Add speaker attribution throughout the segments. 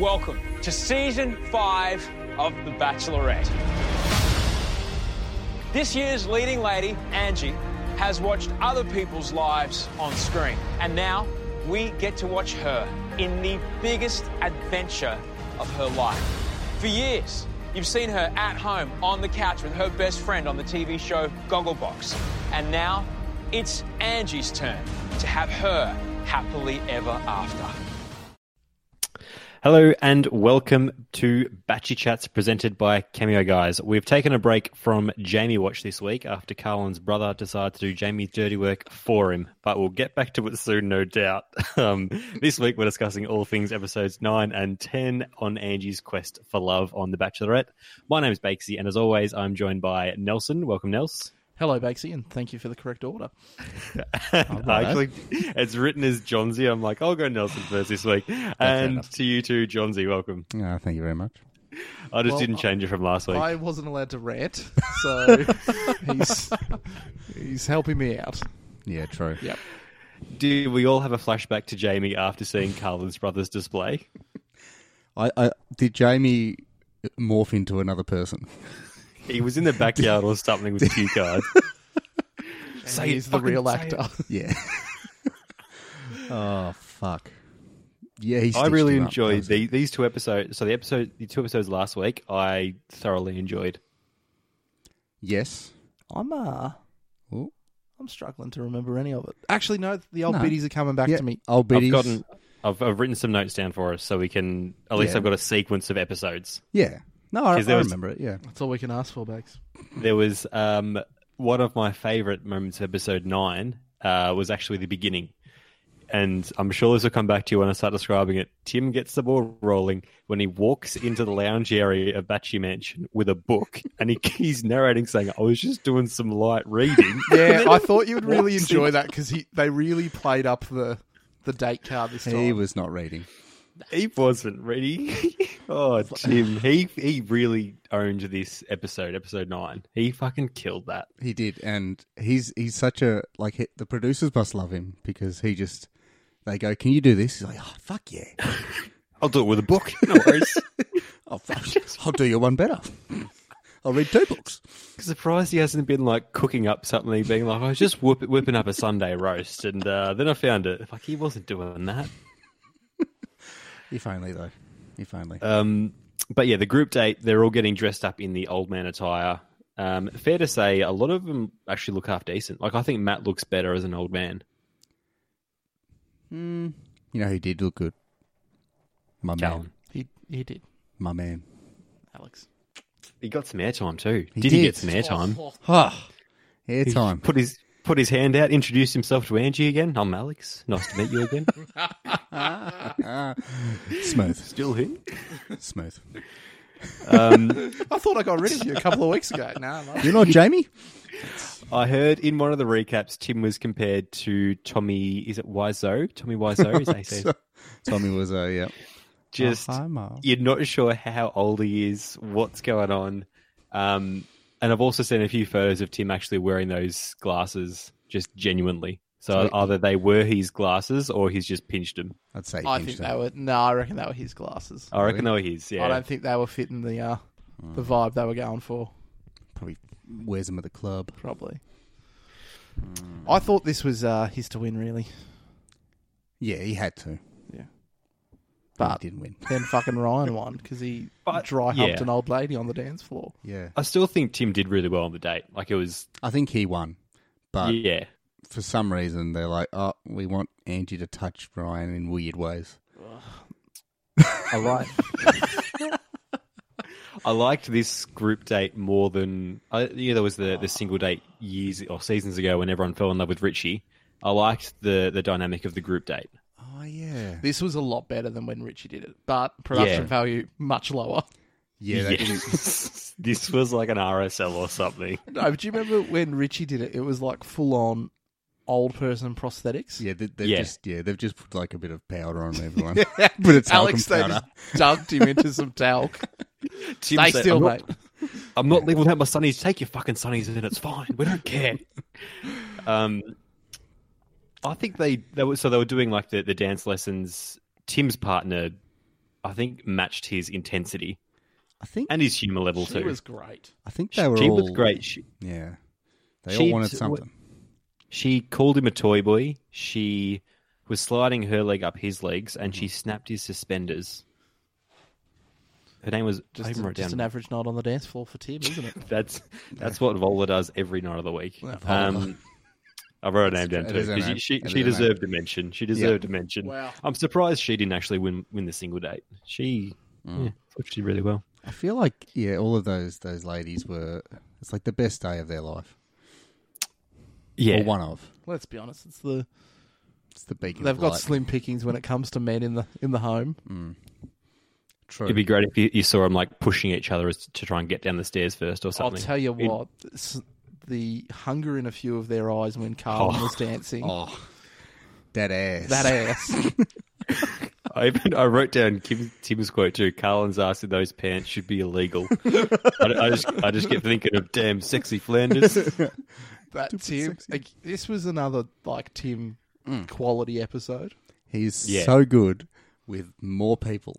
Speaker 1: welcome to season five of The Bachelorette. This year's leading lady, Angie, has watched other people's lives on screen. And now we get to watch her in the biggest adventure of her life. For years, you've seen her at home on the couch with her best friend on the TV show Gogglebox. And now it's Angie's turn to have her happily ever after.
Speaker 2: Hello and welcome to Batchy Chats presented by Cameo Guys. We've taken a break from Jamie Watch this week after Carlin's brother decided to do Jamie's dirty work for him, but we'll get back to it soon, no doubt. Um, this week we're discussing all things episodes 9 and 10 on Angie's quest for love on The Bachelorette. My name's Bakesy, and as always, I'm joined by Nelson. Welcome, Nels.
Speaker 3: Hello, Bakesy, and thank you for the correct order.
Speaker 2: I actually, it's written as Johnsy. I'm like, I'll go Nelson first this week. And
Speaker 4: enough.
Speaker 2: to you too, Johnsy, welcome.
Speaker 4: Ah, thank you very much.
Speaker 2: I just
Speaker 3: Well,
Speaker 2: didn't change it from last week.
Speaker 3: I wasn't allowed to rant, so he's he's helping me out.
Speaker 4: Yeah, true.
Speaker 3: Yep.
Speaker 2: Do we all have a flashback to Jamie after seeing Carlin's brother's display?
Speaker 4: I, I did Jamie morph into another person.
Speaker 2: He was in the backyard or something with a cue card.
Speaker 3: So he's the real actor.
Speaker 4: Yeah. oh fuck. Yeah, he
Speaker 2: I really
Speaker 4: stitched him up.
Speaker 2: enjoyed
Speaker 4: That was-
Speaker 2: the, these two episodes. So the episode, the two episodes last week, I thoroughly enjoyed.
Speaker 4: Yes.
Speaker 3: I'm uh
Speaker 4: Ooh.
Speaker 3: I'm struggling to remember any of it. Actually, no, the old
Speaker 4: No.
Speaker 3: biddies are coming back
Speaker 4: Yeah,
Speaker 3: to me.
Speaker 4: Old biddies.
Speaker 2: I've gotten, I've, I've written some notes down for us, so we can at least
Speaker 4: Yeah.
Speaker 2: I've got a sequence of episodes.
Speaker 4: Yeah. No, I,
Speaker 2: 'Cause there
Speaker 4: I
Speaker 2: was-
Speaker 4: remember it. Yeah.
Speaker 3: That's all we can ask for, Bakes.
Speaker 2: There was um, one of my favorite moments of episode nine uh, was actually the beginning. And I'm sure this will come back to you when I start describing it. Tim gets the ball rolling when he walks into the lounge area of Batchy Mansion with a book and he, he's narrating, saying, I was just doing some light reading.
Speaker 3: Yeah, I thought you would really
Speaker 2: What's
Speaker 3: enjoy that because he they really played up the the date card this time.
Speaker 4: He was not reading.
Speaker 2: he wasn't ready. oh, Tim. He, he really owned this episode, episode nine. He fucking killed that.
Speaker 4: He did, and he's he's such a like he, the producers must love him because he just they go, "Can you do this?" He's like, "Oh fuck yeah,
Speaker 2: I'll do it with a book. No worries.
Speaker 4: oh, fuck. I'll do you one better. I'll read two books."
Speaker 2: Surprised he hasn't been like cooking up something, being like, I was just whip- whipping up a Sunday roast, and uh, then I found it. Like he wasn't doing that.
Speaker 4: If only though, if only.
Speaker 2: Um, but yeah, the group date, they're all getting dressed up in the old man attire. Um, fair to say, a lot of them actually look half decent. Like I think Matt looks better as an old man.
Speaker 4: You know who did look good? My man.
Speaker 2: Callum.
Speaker 3: he he did,
Speaker 4: My man.
Speaker 3: Alex.
Speaker 2: He got some airtime too.
Speaker 4: He
Speaker 2: did, he
Speaker 4: did. Oh,
Speaker 2: get some airtime? He
Speaker 4: Airtime.
Speaker 2: Put his put his hand out, introduced himself to Angie again. I'm Alex. Nice to meet you again.
Speaker 4: Smooth.
Speaker 2: Still here.
Speaker 4: Smooth.
Speaker 3: I thought I got rid of you a couple of weeks ago. Nah, mate.
Speaker 4: You're not Jamie?
Speaker 2: I heard in one of the recaps, Tim was compared to Tommy. Is it Wiseau? Tommy Wiseau? Is that how you say it?
Speaker 4: Tommy was uh, yeah.
Speaker 2: Just
Speaker 3: Uh-huh.
Speaker 4: hi, Mark.
Speaker 2: you're not sure how old he is, what's going on, um, and I've also seen a few photos of Tim actually wearing those glasses, just genuinely. So either they were his glasses or he's just pinched them.
Speaker 4: I'd say
Speaker 3: I
Speaker 4: Hinge
Speaker 3: think
Speaker 4: though.
Speaker 3: they were no. I reckon they were his glasses.
Speaker 2: I reckon they were his. Oh, Yeah,
Speaker 3: I don't think they were fitting the uh, the
Speaker 4: Mm.
Speaker 3: vibe they were going for.
Speaker 4: probably wears them at the club.
Speaker 3: Probably.
Speaker 2: Hmm.
Speaker 3: I thought this was uh, his to win, really,
Speaker 4: Yeah, he had to.
Speaker 3: but
Speaker 4: he didn't win.
Speaker 3: then fucking Ryan won because he
Speaker 2: But-
Speaker 3: dry humped
Speaker 2: yeah.
Speaker 3: an old lady on the dance floor.
Speaker 4: Yeah.
Speaker 2: I still think Tim did really well on the date. Like it was,
Speaker 4: I think he won.
Speaker 3: Uh,
Speaker 4: But
Speaker 2: yeah.
Speaker 4: for some reason they're like, Oh, we want Angie to touch Ryan in weird ways.
Speaker 2: I like. I liked this group date more than I, yeah. There was the, the single date years or seasons ago when everyone fell in love with Richie. I liked the the dynamic of the group date.
Speaker 4: Oh yeah.
Speaker 3: This was a lot better than when Richie did it, but production
Speaker 2: Yeah.
Speaker 3: value much lower.
Speaker 4: Yeah, they didn't
Speaker 2: Yes. this was like an RSL or something.
Speaker 3: No, but do you remember when Richie did it? It was like full on old person prosthetics.
Speaker 4: yeah, they, they've
Speaker 2: Yeah.
Speaker 4: just yeah, they've just put like a bit of powder on everyone. but it's
Speaker 3: Alex, they
Speaker 4: talcum
Speaker 3: just
Speaker 4: powder.
Speaker 3: dunked him into some talc.
Speaker 2: Tim
Speaker 3: Stay
Speaker 2: said,
Speaker 3: still,
Speaker 2: I'm
Speaker 3: mate.
Speaker 2: Not, I'm not leaving without my sunnies. Take your fucking sunnies and it's fine. We don't care. um, I think they, they were so they were doing like the, the dance lessons. Tim's partner, I think matched his intensity
Speaker 4: I think
Speaker 2: and his humor level
Speaker 3: She
Speaker 2: too.
Speaker 3: was great.
Speaker 4: I think
Speaker 2: She
Speaker 4: they were all
Speaker 2: was great. She,
Speaker 4: Yeah, they all
Speaker 2: She
Speaker 4: wanted
Speaker 2: t-
Speaker 4: something.
Speaker 2: she called him a toy boy. She was sliding her leg up his legs, and
Speaker 4: Mm-hmm.
Speaker 2: she snapped his suspenders. Her name was I
Speaker 3: Just,
Speaker 2: even wrote
Speaker 3: just
Speaker 2: down-
Speaker 3: an average night on the dance floor for Tim, isn't it?
Speaker 2: That's that's what Vola does every night of the week.
Speaker 4: Well, Vola.
Speaker 2: Um, I wrote her name down
Speaker 4: it
Speaker 2: too.
Speaker 4: is her
Speaker 2: 'cause
Speaker 4: name.
Speaker 2: She she, she
Speaker 4: It is her name.
Speaker 2: deserved a mention. She deserved a mention.
Speaker 3: Wow.
Speaker 2: I'm surprised she didn't actually win win the single date. She
Speaker 4: Mm.
Speaker 2: yeah, thought she did really well.
Speaker 4: I feel like yeah, all of those those ladies were. It's like the best day of their life,
Speaker 2: Yeah,
Speaker 4: or one of.
Speaker 3: Let's be honest. It's the
Speaker 4: It's the beacon.
Speaker 3: they've
Speaker 4: of
Speaker 3: got
Speaker 4: light.
Speaker 3: slim pickings when it comes to men in the in the home.
Speaker 4: True.
Speaker 2: it'd be great if you, you saw them like pushing each other as- to try and get down the stairs first or
Speaker 3: I'll
Speaker 2: something.
Speaker 3: tell you
Speaker 2: It-
Speaker 3: what. s the hunger in a few of their eyes when Carl
Speaker 2: Oh.
Speaker 3: was dancing.
Speaker 4: oh, dead ass.
Speaker 3: That ass.
Speaker 2: I even I wrote down Kim, Tim's quote too. Carlin's ass in those pants should be illegal. I, I just I just kept thinking of damn sexy Flanders.
Speaker 3: that Tim. like, this was another like Tim quality episode.
Speaker 4: He's
Speaker 2: Yeah.
Speaker 4: so good with more people.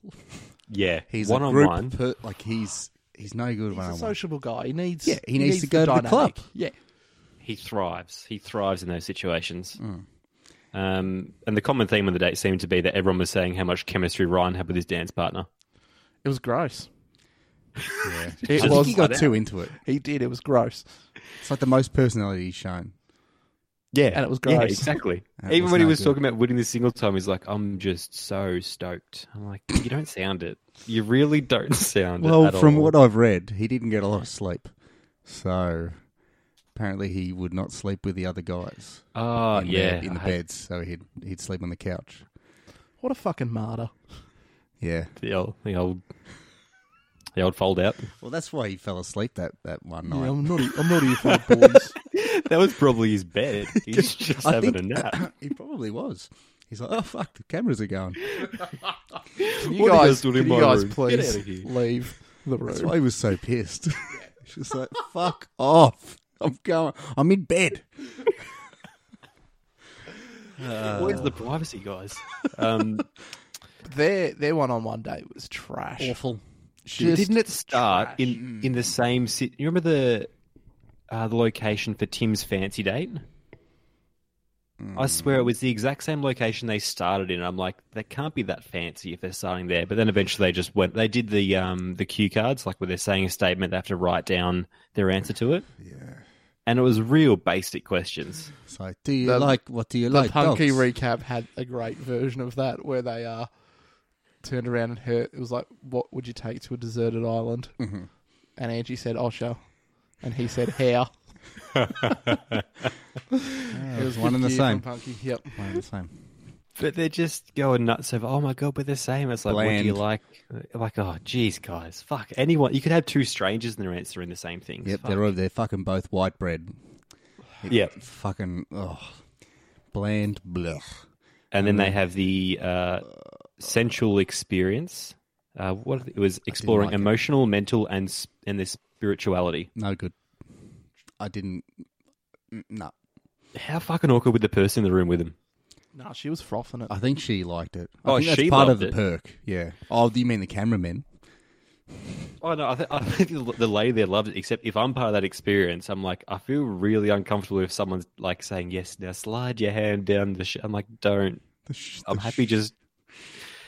Speaker 2: Yeah,
Speaker 4: He's
Speaker 2: one
Speaker 4: a
Speaker 2: on
Speaker 4: group
Speaker 2: one.
Speaker 4: per- like he's he's no good
Speaker 3: He's
Speaker 4: one
Speaker 3: a
Speaker 4: on one.
Speaker 3: sociable guy. He needs.
Speaker 4: Yeah, he needs to go to the
Speaker 3: dynamic.
Speaker 4: club.
Speaker 3: Yeah.
Speaker 2: he thrives. He thrives in those situations.
Speaker 4: Hmm.
Speaker 2: Um, and the common theme of the date seemed to be that everyone was saying how much chemistry Ryan had with his dance partner.
Speaker 3: It was gross.
Speaker 4: Yeah.
Speaker 3: It
Speaker 4: I think
Speaker 3: was-
Speaker 4: he got
Speaker 2: I-
Speaker 4: too into it.
Speaker 3: He did. It was gross.
Speaker 4: It's like the most personality he's shown.
Speaker 2: Yeah,
Speaker 3: And it was
Speaker 2: Yeah,
Speaker 3: gross.
Speaker 2: exactly.
Speaker 4: That
Speaker 2: Even
Speaker 4: was
Speaker 2: when he
Speaker 4: no
Speaker 2: was
Speaker 4: good.
Speaker 2: talking about winning the single time, he's like, "I'm just so stoked." I'm like, "You don't sound it. You really don't sound it."
Speaker 4: Well,
Speaker 2: at
Speaker 4: from
Speaker 2: all.
Speaker 4: what I've read, he didn't get a lot of sleep, so apparently he would not sleep with the other guys
Speaker 2: Oh,
Speaker 4: in
Speaker 2: yeah,
Speaker 4: the, in the
Speaker 2: I-
Speaker 4: beds. So he'd he'd sleep on the couch.
Speaker 3: What a fucking martyr.
Speaker 4: Yeah.
Speaker 2: the old, the old, the old fold out.
Speaker 4: Well, that's why he fell asleep that, that one night.
Speaker 3: Yeah, I'm not. I'm not here for the boys.
Speaker 2: That was probably his bed. He's just
Speaker 4: I
Speaker 2: having
Speaker 4: think-
Speaker 2: a nap.
Speaker 4: he probably was. He's like, oh fuck, the cameras are going.
Speaker 3: Can you
Speaker 2: What are you guys
Speaker 3: guys,
Speaker 2: doing
Speaker 3: can
Speaker 2: in
Speaker 3: you
Speaker 2: my
Speaker 3: guys
Speaker 2: room? Get
Speaker 3: please
Speaker 2: outta here.
Speaker 3: leave the
Speaker 4: That's
Speaker 3: room?
Speaker 4: why he was so pissed. She's like, fuck off. I'm going. I'm in bed.
Speaker 2: Where's the privacy, guys? Um,
Speaker 3: Their their one on one date was trash.
Speaker 4: Awful.
Speaker 3: Just
Speaker 2: Didn't it start in in the same city? You remember the uh, the location for Tim's fancy date? I swear it was the exact same location they started in. I'm like, that can't be that fancy if they're starting there. But then eventually they just went. They did the um the cue cards, like where they're saying a statement, they have to write down their answer to it. Yeah. And it was real basic questions.
Speaker 4: It's like, do you
Speaker 3: The-
Speaker 4: like? What do you
Speaker 3: the
Speaker 4: like?
Speaker 3: Punky
Speaker 4: dogs?
Speaker 3: recap had a great version of that where they uh turned around and hurt. It was like, what would you take to a deserted island? Mm-hmm. And Angie said Osho, and he said how.
Speaker 4: Yeah, it was one and
Speaker 3: Good year from
Speaker 4: the same.
Speaker 3: Punky. Yep.
Speaker 4: One and the same.
Speaker 2: But they're just going nuts over. Oh my god, but they're same. It's like, what
Speaker 4: Bland.
Speaker 2: do you like? Like, oh, geez, guys, fuck. Anyone, you could have two strangers and they're answering the same things.
Speaker 4: Yep,
Speaker 2: Fuck.
Speaker 4: they're all, they're fucking both white bread.
Speaker 2: Yep.
Speaker 4: Fucking oh, bland. Blech.
Speaker 2: and then
Speaker 4: Um,
Speaker 2: they have the uh, sensual experience. Uh, what it was exploring
Speaker 4: like it.
Speaker 2: emotional, mental, and s- and their spirituality.
Speaker 4: No good. I didn't. n- No,
Speaker 2: How fucking awkward with the person in the room with them?
Speaker 3: Nah, she was frothing it.
Speaker 4: I think she liked it. I
Speaker 2: Oh,
Speaker 4: think that's
Speaker 2: she
Speaker 4: part of
Speaker 2: loved
Speaker 4: the
Speaker 2: it.
Speaker 4: perk. Yeah. Oh, do you mean the cameramen?
Speaker 2: Oh no, I, th- I think the- the lady there loves it. Except if I'm part of that experience, I'm like, I feel really uncomfortable if someone's like saying, "Yes, now slide your hand down the." Sh-. I'm like, don't. I'm happy just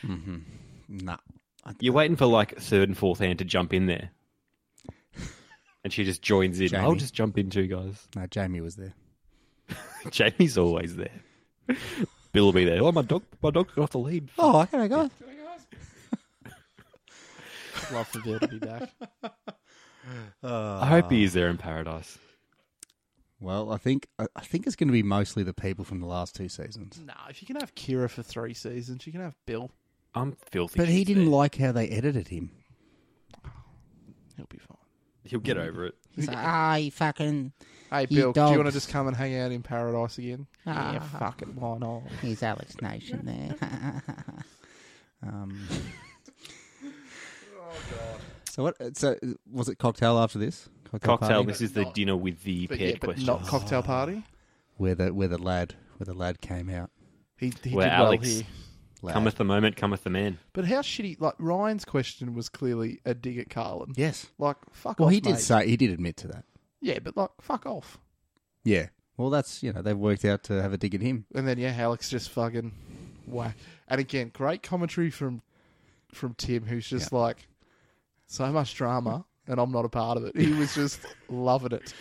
Speaker 4: Nah. I,
Speaker 2: You're waiting for like third and fourth hand to jump in there. And she just joins in.
Speaker 4: Jamie.
Speaker 2: I'll just jump in too, guys.
Speaker 4: no, Jamie was there.
Speaker 2: Jamie's always there. Bill will be there. Oh, my dog, my dog got off the lead.
Speaker 4: Oh, can I go?
Speaker 3: Love for Bill to be back.
Speaker 2: I hope he is there in paradise.
Speaker 4: Well, I think I, I think it's going to be mostly the people from the last two seasons.
Speaker 3: nah, if you can have Kira for three seasons, you can have Bill.
Speaker 2: I'm filthy.
Speaker 4: But he
Speaker 2: she's
Speaker 4: didn't
Speaker 2: there.
Speaker 4: like how they edited him.
Speaker 3: He'll be fine.
Speaker 2: He'll get over it.
Speaker 4: He's like, ah, you fucking.
Speaker 3: Hey,
Speaker 5: He
Speaker 3: Bill, do you
Speaker 5: dogs.
Speaker 3: want to just come and hang out in paradise again? Yeah,
Speaker 5: Ah.
Speaker 3: fuck it, why not?
Speaker 5: He's Alex Nation there.
Speaker 4: Um, oh God. So what? So uh, was it cocktail after this?
Speaker 2: Cocktail.
Speaker 4: party?
Speaker 2: This is the dinner with the
Speaker 3: But
Speaker 2: paired
Speaker 3: yeah, but
Speaker 2: questions.
Speaker 3: not cocktail party.
Speaker 4: where the where the lad where the lad came out.
Speaker 3: He, he
Speaker 2: Where
Speaker 3: did
Speaker 2: Alex
Speaker 3: well here.
Speaker 4: lad.
Speaker 2: Cometh the moment, cometh the man.
Speaker 3: But how shitty! Like Ryan's question was clearly a dig at Carlin.
Speaker 4: Yes.
Speaker 3: Like fuck
Speaker 4: Well,
Speaker 3: off.
Speaker 4: he did
Speaker 3: mate.
Speaker 4: say he did admit to that.
Speaker 3: Yeah, but like fuck off.
Speaker 4: Yeah. Well, that's you know they've worked out to have a dig at him.
Speaker 3: And then yeah, Alex just fucking whack. And again, great commentary from from Tim, who's just like so much drama, and I'm not a part of it. He was just loving it.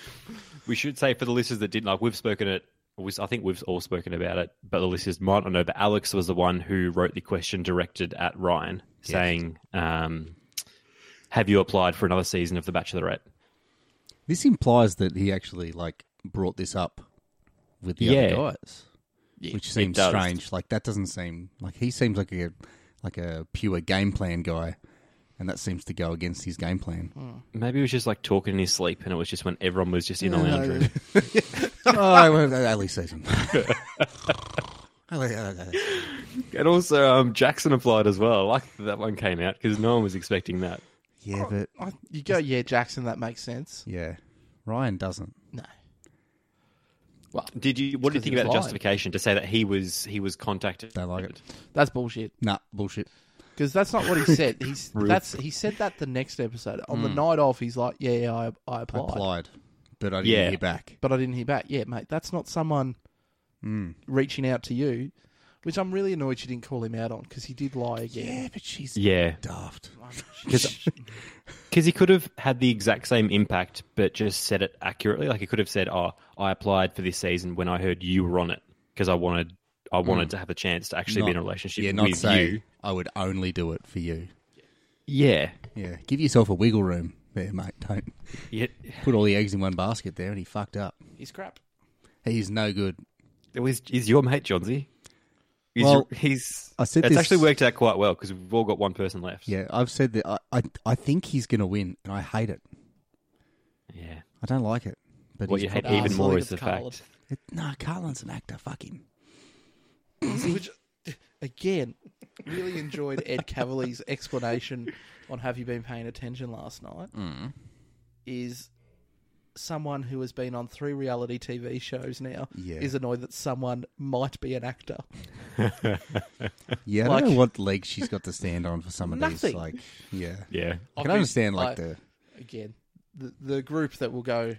Speaker 2: We should say for the listeners that didn't like, we've spoken it. we- I think we've all spoken about it, but the listeners might not know. But Alex was the one who wrote the question directed at Ryan, saying, um, "Have you applied for another season of The Bachelorette?"
Speaker 4: This implies that he actually like brought this up with the
Speaker 2: Yeah.
Speaker 4: other guys, which seems
Speaker 2: does.
Speaker 4: strange. Like that doesn't seem like he seems like a like a pure game plan guy, and that seems to go against his game plan.
Speaker 2: Maybe he was just like talking in his sleep, and it was just when everyone was just in the lounge room.
Speaker 4: oh, I won't have that early season. Early- early- early.
Speaker 2: And also, um, Jackson applied as well. I like that, that one came out because no one was expecting that.
Speaker 4: yeah, but
Speaker 3: I, you go, yeah, Jackson, that makes sense.
Speaker 4: yeah, Ryan doesn't.
Speaker 3: No,
Speaker 2: Did you? What do you think
Speaker 3: 'cause he
Speaker 2: about the
Speaker 3: lied.
Speaker 2: justification to say that he was he was contacted?
Speaker 4: Don't like it.
Speaker 3: that's bullshit.
Speaker 4: Nah, bullshit.
Speaker 3: Because that's not what he said. He's that's he said that the next episode on the night off. He's like, yeah, yeah, I, I
Speaker 4: I
Speaker 3: applied,
Speaker 4: applied, but I didn't
Speaker 2: Yeah.
Speaker 4: hear back.
Speaker 3: but I didn't hear back. Yeah, mate, that's not someone
Speaker 4: Mm.
Speaker 3: reaching out to you. Which I'm really annoyed she didn't call him out on because he did lie again.
Speaker 4: but she's
Speaker 2: Yeah,
Speaker 4: daft.
Speaker 2: because he could have had the exact same impact, but just said it accurately. Like he could have said, "Oh, I applied for this season when I heard you were on it because I wanted I wanted to have a chance to actually be in a relationship
Speaker 4: Yeah, Hmm. not
Speaker 2: with
Speaker 4: say
Speaker 2: you."
Speaker 4: I would only do it for you.
Speaker 2: Yeah,
Speaker 4: Yeah, give yourself a wiggle room there, mate. Don't
Speaker 2: yeah.
Speaker 4: put all the eggs in one basket there, and he fucked up.
Speaker 3: He's crap.
Speaker 4: He's no good.
Speaker 2: It was is your mate Johnsy. He's,
Speaker 4: Well,
Speaker 2: he's
Speaker 4: I said
Speaker 2: it's
Speaker 4: this-
Speaker 2: actually worked out quite well because we've all got one person left.
Speaker 4: Yeah, I've said that. I I, I think he's going to win, and I hate it.
Speaker 2: yeah.
Speaker 4: I don't like it. But
Speaker 2: What
Speaker 4: he's
Speaker 2: you hate
Speaker 4: probably-
Speaker 2: even
Speaker 3: Ah,
Speaker 2: more
Speaker 3: Sleep
Speaker 2: is the
Speaker 3: of Colour.
Speaker 2: fact
Speaker 4: It, no, Carlin's an actor. Fuck him.
Speaker 3: Which, again, really enjoyed Ed Cavali's explanation on Have You Been Paying Attention Last Night?
Speaker 4: Mm.
Speaker 3: Is someone who has been on three reality TV shows now
Speaker 4: Yeah.
Speaker 3: is annoyed that someone might be an actor.
Speaker 4: Yeah, I
Speaker 3: Like-
Speaker 4: don't know what leg she's got to stand on for some of these.
Speaker 3: Nothing.
Speaker 4: Like, yeah,
Speaker 2: Yeah.
Speaker 4: I can understand like
Speaker 3: Obvious-
Speaker 4: the
Speaker 3: Again, the, the group that will go,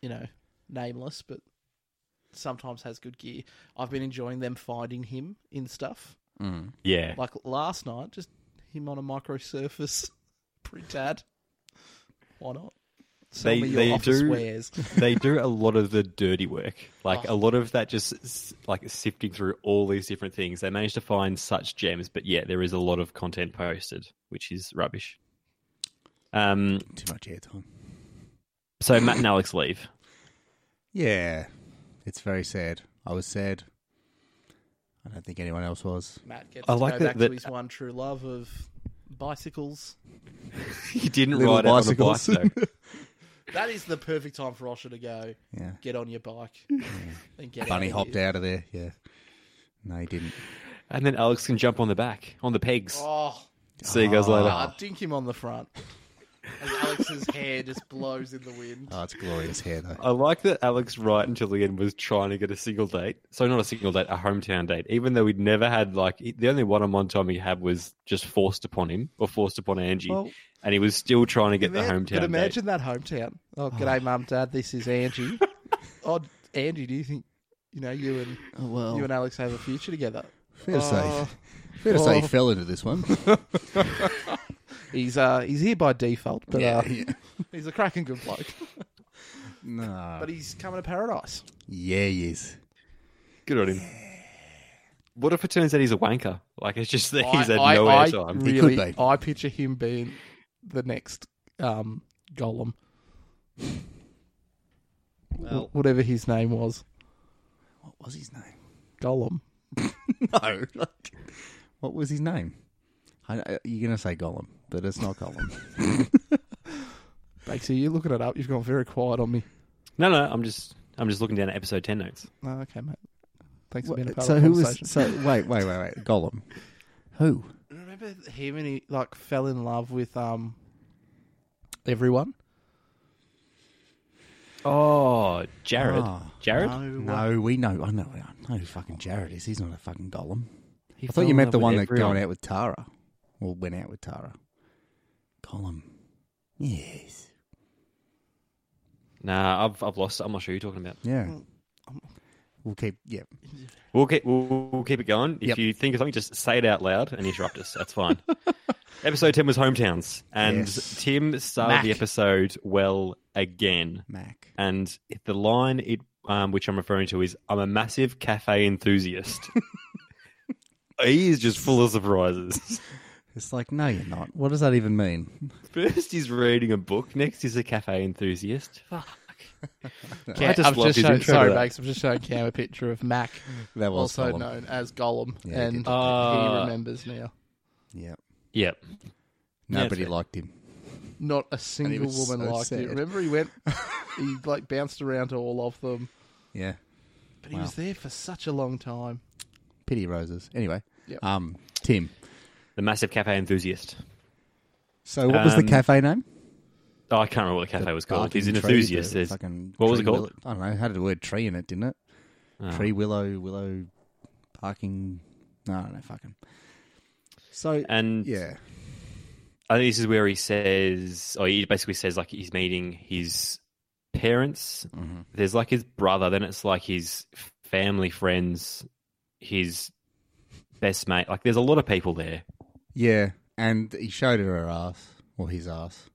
Speaker 3: you know, nameless, but sometimes has good gear. I've been enjoying them finding him in stuff.
Speaker 2: Yeah.
Speaker 3: Like last night, just him on a micro surface. Pretty tad. Why not? Sell
Speaker 2: They-
Speaker 3: me your
Speaker 2: they
Speaker 3: office
Speaker 2: do-
Speaker 3: wares.
Speaker 2: they do a lot of the dirty work. Like a lot of that just s- like sifting through all these different things. They manage to find such gems, but yeah, there is a lot of content posted, which is rubbish. Um
Speaker 4: too much airtime.
Speaker 2: so Matt and Alex leave.
Speaker 4: Yeah, it's very sad. I was sad. I don't think anyone else was.
Speaker 3: Matt gets
Speaker 2: I
Speaker 3: to
Speaker 2: like
Speaker 3: go
Speaker 2: that-
Speaker 3: back
Speaker 2: that-
Speaker 3: to his one true love of bicycles.
Speaker 2: He didn't
Speaker 4: Little
Speaker 2: ride it on a bike
Speaker 4: bicycles.
Speaker 2: though.
Speaker 3: That is the perfect time for Osher to go.
Speaker 4: Yeah.
Speaker 3: Get on your bike and get
Speaker 4: Bunny
Speaker 3: out of
Speaker 4: hopped
Speaker 3: here.
Speaker 4: out of there. Yeah, no, he didn't.
Speaker 2: And then Alex can jump on the back, on the pegs.
Speaker 3: Oh, Ah,
Speaker 2: See you guys later.
Speaker 3: nah, dink him on the front. And Alex's hair just blows in the wind.
Speaker 4: Oh, it's glorious hair though.
Speaker 2: I like that Alex right until the end was trying to get a single date. So not a single date, a hometown date. Even though we'd never had like the only one-on-one time he had was just forced upon him or forced upon Angie,
Speaker 3: Well-
Speaker 2: and he was still trying to get the
Speaker 3: Ima-
Speaker 2: hometown.
Speaker 3: But
Speaker 2: date.
Speaker 3: imagine that hometown. Oh, g'day, mum, dad. This is Angie. oh, Angie, do you think you know you and
Speaker 5: Oh, well.
Speaker 3: you and Alex have a future together?
Speaker 4: Fair to say,
Speaker 3: Oh.
Speaker 4: fair to say, he
Speaker 3: Oh.
Speaker 4: fell into this one.
Speaker 3: He's uh he's here by default, but uh,
Speaker 4: yeah.
Speaker 3: he's a cracking good bloke.
Speaker 4: No.
Speaker 3: But he's coming to paradise.
Speaker 4: yeah, he is.
Speaker 2: Good on him. What if it turns out he's a wanker? Like it's just that he's had
Speaker 3: I,
Speaker 2: no
Speaker 3: I, I
Speaker 2: airtime.
Speaker 4: He
Speaker 3: really,
Speaker 4: could be.
Speaker 3: I picture him being the next um Golem.
Speaker 4: Well-
Speaker 3: Whatever his name was,
Speaker 4: What was his name?
Speaker 3: Golem.
Speaker 4: No. like, what was his name? I, I- you're going to say Gollum, but it's not Gollum.
Speaker 3: Bakesy, you're looking it up. You've gone very quiet on me.
Speaker 2: No, no, I'm just I'm just looking down at episode ten notes.
Speaker 3: Oh, okay, mate. Thanks for
Speaker 4: What-
Speaker 3: being a part
Speaker 4: so
Speaker 3: of the
Speaker 4: who was?
Speaker 3: conversation.
Speaker 4: So wait, wait, wait, wait. Gollum. Who?
Speaker 3: Remember him and he like fell in love with um everyone.
Speaker 2: Oh, Jared.
Speaker 4: Ah.
Speaker 2: Jared?
Speaker 3: No,
Speaker 4: No, we know. I know. I know who fucking Jared is. He's not a fucking Gollum.
Speaker 2: He
Speaker 4: I thought
Speaker 2: fell
Speaker 4: you
Speaker 2: in
Speaker 4: meant
Speaker 2: love
Speaker 4: the
Speaker 2: with
Speaker 4: one that
Speaker 2: everyone.
Speaker 4: going out with Tara, or went out with Tara. Colin. Yes.
Speaker 2: Nah, I've I've lost. it. I'm not sure who you're talking about.
Speaker 4: Yeah. We'll keep. Yep.
Speaker 2: We'll keep we'll, we'll keep it going. If
Speaker 4: Yep.
Speaker 2: you think of something, just say it out loud and interrupt us. That's fine. episode ten was hometowns, and
Speaker 4: Yes.
Speaker 2: Tim started the
Speaker 4: Mac.
Speaker 2: episode well again.
Speaker 4: Mac.
Speaker 2: And the line it um, which I'm referring to is "I'm a massive cafe enthusiast." he is just full of surprises.
Speaker 4: It's like, no, you're not. What does that even mean?
Speaker 2: First, he's reading a book. Next, he's a cafe enthusiast. Fuck.
Speaker 3: Cam,
Speaker 2: I just
Speaker 3: I'm
Speaker 2: love his
Speaker 3: showing,
Speaker 2: intro to
Speaker 3: sorry,
Speaker 2: that.
Speaker 3: Max. I'm just showing Cam a picture of Mac,
Speaker 4: That was
Speaker 3: also
Speaker 4: Colin.
Speaker 3: known as Gollum,
Speaker 4: Yeah, he
Speaker 3: and
Speaker 4: did.
Speaker 2: Uh,
Speaker 3: he remembers now.
Speaker 4: Yep.
Speaker 2: Yep.
Speaker 4: Nobody
Speaker 2: fair.
Speaker 4: liked him.
Speaker 3: Not a single
Speaker 4: was
Speaker 3: woman
Speaker 4: so
Speaker 3: liked it.
Speaker 4: sad.
Speaker 3: Remember, he went, he like bounced around to all of them,
Speaker 4: Yeah.
Speaker 3: but he was there for such a long time.
Speaker 4: Pity roses. Anyway.
Speaker 3: Yep.
Speaker 4: Um, Tim.
Speaker 2: The massive cafe enthusiast.
Speaker 4: So what was the
Speaker 2: Um,
Speaker 4: cafe name?
Speaker 2: Oh, I can't remember what the cafe was called.
Speaker 4: Barking
Speaker 2: He's an
Speaker 4: tree,
Speaker 2: enthusiast.
Speaker 4: the
Speaker 2: There's-
Speaker 4: fucking
Speaker 2: what was it
Speaker 4: tree
Speaker 2: called? Uh.
Speaker 4: willow- I don't know. It had the word tree in it, didn't it? Tree willow, willow, parking. No, I don't know. Fucking. So
Speaker 2: And
Speaker 4: yeah,
Speaker 2: I think this is where he says, or he basically says, like he's meeting his parents. There's like his brother, then it's like his family friends, his best mate. Like there's a lot of people there.
Speaker 4: yeah, and he showed her her ass or his ass.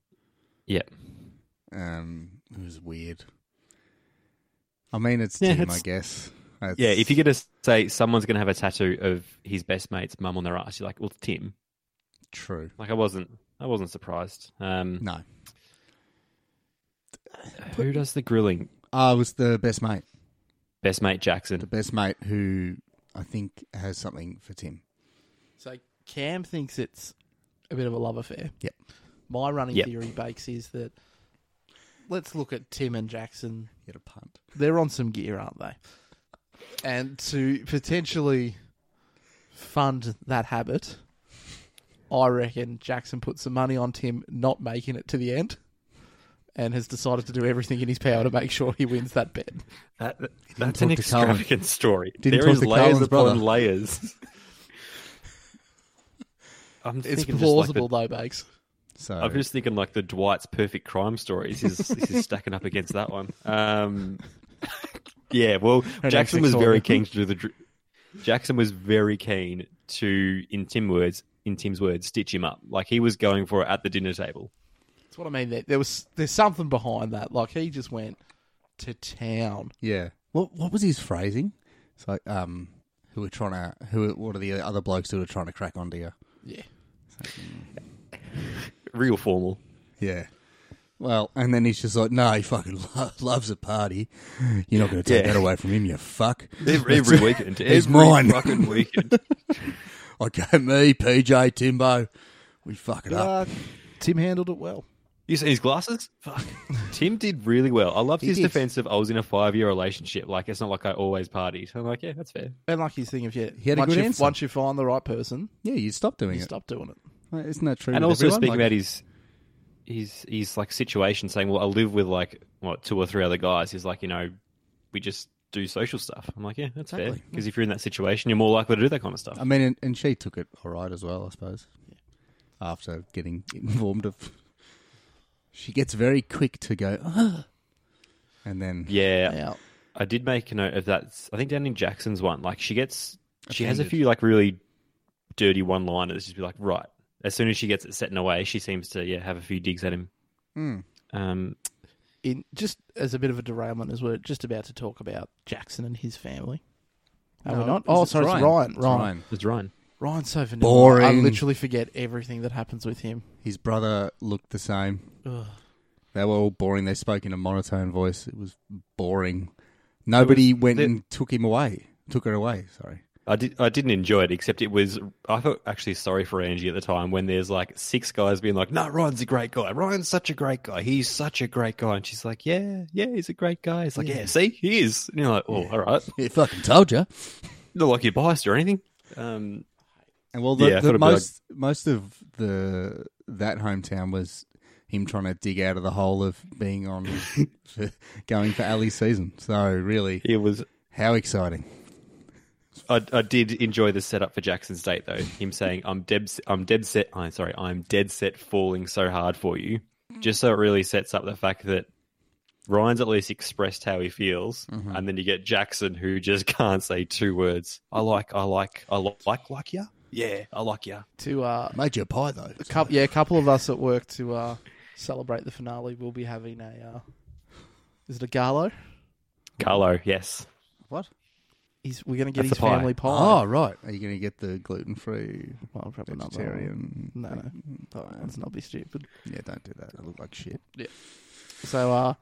Speaker 2: Yeah,
Speaker 4: Um, it was weird. I mean, it's
Speaker 2: Yeah,
Speaker 4: Tim,
Speaker 2: it's-
Speaker 4: I guess. It's-
Speaker 2: yeah. If you're gonna say someone's gonna have a tattoo of his best mate's mum on their ass, you're like, well, it's Tim.
Speaker 4: true,
Speaker 2: Like I wasn't, I wasn't surprised. Um,
Speaker 4: no,
Speaker 2: Who does the grilling?
Speaker 4: I was the best mate.
Speaker 2: Best mate Jackson.
Speaker 4: The best mate who I think has something for Tim.
Speaker 3: So Cam thinks it's a bit of a love affair.
Speaker 4: Yep.
Speaker 3: My running
Speaker 2: Yep.
Speaker 3: theory, Bakes, is that let's look at Tim and Jackson.
Speaker 4: Get a punt.
Speaker 3: They're on some gear, aren't they? And to potentially fund that habit, I reckon Jackson put some money on Tim not making it to the end and has decided to do everything in his power to make sure he wins that bet.
Speaker 2: That, that's an
Speaker 4: talk to Carlin.
Speaker 2: extravagant story.
Speaker 4: Didn't
Speaker 2: there
Speaker 4: talk
Speaker 2: is
Speaker 4: to
Speaker 2: layers
Speaker 4: Carlin's
Speaker 2: upon
Speaker 4: brother.
Speaker 2: layers. I'm
Speaker 3: It's
Speaker 2: thinking just
Speaker 3: plausible,
Speaker 2: Like
Speaker 3: though, Bakes.
Speaker 4: So
Speaker 2: the, I'm just thinking like the Dwight's perfect crime stories is, this is stacking up against that one. Um, yeah, well, Jackson was
Speaker 3: next
Speaker 2: very
Speaker 3: one.
Speaker 2: keen to do the. dr- Jackson was very keen to, in Tim words, in Tim's words, stitch him up. Like he was going for it at the dinner table.
Speaker 3: That's what I mean. There, there was there's something behind that. Like he just went to town.
Speaker 4: Yeah. What what was his phrasing? It's like um, who were trying to who? What are the other blokes who were trying to crack onto you?
Speaker 3: Yeah.
Speaker 2: Real formal.
Speaker 4: Yeah. Well, and then he's just like, no, he fucking lo- loves a party. You're not going to take
Speaker 2: Yeah.
Speaker 4: that away from him, you fuck.
Speaker 2: Every, every weekend.
Speaker 4: He's
Speaker 2: every
Speaker 4: mine.
Speaker 2: fucking weekend.
Speaker 4: Okay, me, PJ, Timbo, we fuck it up.
Speaker 3: Tim handled it well.
Speaker 2: You seen his glasses? Fuck. Tim did really well. I loved
Speaker 4: He
Speaker 2: his
Speaker 4: did.
Speaker 2: defense of I was in a five year relationship. Like it's not like I always partied. I'm like, yeah, that's fair.
Speaker 3: And like his thing of yeah,
Speaker 4: had a
Speaker 3: once,
Speaker 4: good
Speaker 3: you,
Speaker 4: answer.
Speaker 3: once you find the right person,
Speaker 4: Yeah, you stop doing
Speaker 3: you
Speaker 4: it.
Speaker 3: stop doing it.
Speaker 4: Like, Isn't that true?
Speaker 2: and
Speaker 4: with
Speaker 2: also
Speaker 4: everyone?
Speaker 2: speaking
Speaker 4: Like,
Speaker 2: about his his his like situation, saying, Well, I live with like what, two or three other guys, he's like, you know, we just do social stuff. I'm like, Yeah, that's fair.
Speaker 4: Exactly.
Speaker 2: Because if you're in that situation, you're more likely to do that kind of stuff.
Speaker 4: I mean, and, and she took it all right as well, I suppose. After getting informed of, she gets very quick to go, ah. and then
Speaker 2: yeah.
Speaker 3: Now,
Speaker 2: I did make a note of that. I think down in Jackson's one, like she gets, she has a
Speaker 4: Offended.
Speaker 2: few like really dirty one liners. She'd be like, right. As soon as she gets it set in a way, she seems to yeah have a few digs at him. Um,
Speaker 3: in just as a bit of a derailment, as we're just about to talk about Jackson and his family. Are we
Speaker 4: No,
Speaker 3: not?
Speaker 4: is
Speaker 3: Oh,
Speaker 4: it
Speaker 3: sorry, it's Ryan.
Speaker 4: Ryan? It's
Speaker 3: Ryan. Ryan.
Speaker 4: Ryan.
Speaker 2: it's Ryan.
Speaker 3: Ryan's so vanilla. I
Speaker 4: Boring.
Speaker 3: literally forget everything that happens with him.
Speaker 4: His brother looked the same.
Speaker 3: Ugh.
Speaker 4: They were all boring. They spoke in a monotone voice. It was boring. Nobody went
Speaker 2: they-
Speaker 4: and took him away. Took her away. Sorry.
Speaker 2: I did. I didn't enjoy it, except it was. I felt actually sorry for Angie at the time when there's like six guys being like, "No, Ryan's a great guy. Ryan's such a great guy. He's such a great guy." And she's like, "Yeah, yeah, he's a great guy." It's like, "Yeah, see, he is." And you're like, "Oh, all right."
Speaker 4: It fucking told you.
Speaker 2: Not like you're biased or anything. Um,
Speaker 4: And well, the,
Speaker 2: Yeah, I thought
Speaker 4: the
Speaker 2: it'd be like-
Speaker 4: most most of the that hometown was him trying to dig out of the hole of being on for, going for Ali's season. So really,
Speaker 2: it was
Speaker 4: how exciting!
Speaker 2: I, I did enjoy the setup for Jackson's date though. Him saying, "I'm dead, I'm dead set. I'm sorry, I'm dead set falling so hard for you,"
Speaker 3: Mm-hmm.
Speaker 2: just so it really sets up the fact that Ryan's at least expressed how he feels, and then you get Jackson who just can't say two words. I like, I like, I lo- like, like ya. Yeah, I like ya.
Speaker 3: To uh,
Speaker 4: Made you a pie though.
Speaker 3: a couple, yeah, a couple of us at work to uh, celebrate the finale. We'll be having a. Uh, is it a Garlo?
Speaker 2: Carlo, yes.
Speaker 4: What?
Speaker 3: He's, we're going to get
Speaker 2: That's
Speaker 3: his
Speaker 2: a pie.
Speaker 3: family pie.
Speaker 4: Oh, right. Are you going to get the gluten free
Speaker 3: well, probably not that one.
Speaker 4: vegetarian?
Speaker 3: No, no, But let's not be stupid.
Speaker 4: Yeah, don't do that. I look like shit.
Speaker 3: So uh,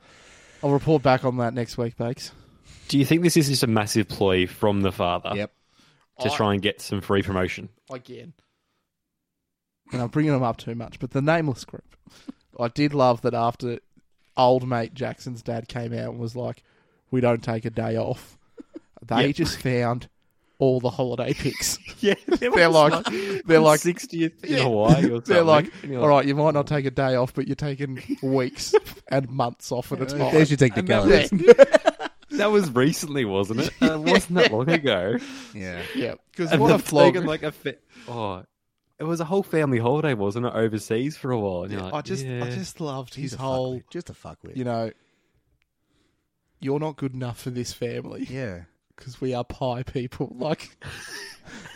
Speaker 3: I'll report back on that next week, Bakes.
Speaker 2: Do you think this is just a massive ploy from the father
Speaker 4: Yep.
Speaker 2: to
Speaker 3: I-
Speaker 2: try and get some free promotion?
Speaker 3: again. And I'm bringing them up too much, but the nameless group. I did love that after old mate Jackson's dad came out and was like, "We don't take a day off." They
Speaker 2: Yep.
Speaker 3: just found all the holiday pics.
Speaker 2: Yeah,
Speaker 3: they're like, they're like,
Speaker 2: sixtieth in Hawaii. Or
Speaker 3: they're like,
Speaker 2: something. And you're
Speaker 3: all right, you might not take a day off, but you're taking weeks and months off at a time.
Speaker 4: There's your technicality.
Speaker 2: That was recently, wasn't it? It Uh, wasn't that long ago.
Speaker 4: Yeah.
Speaker 3: yeah, because
Speaker 2: And
Speaker 3: what a
Speaker 2: they've taken,
Speaker 3: flog.
Speaker 2: like a fa- oh, it was a whole family holiday, wasn't it? Overseas for a while. And you're like,
Speaker 3: I just, I
Speaker 2: yeah.
Speaker 3: just loved his
Speaker 4: He's a
Speaker 3: whole.
Speaker 4: fuckwit. Just a fuckwit.
Speaker 3: You know, you're not good enough for this family.
Speaker 4: yeah.
Speaker 3: because we are pie people. Like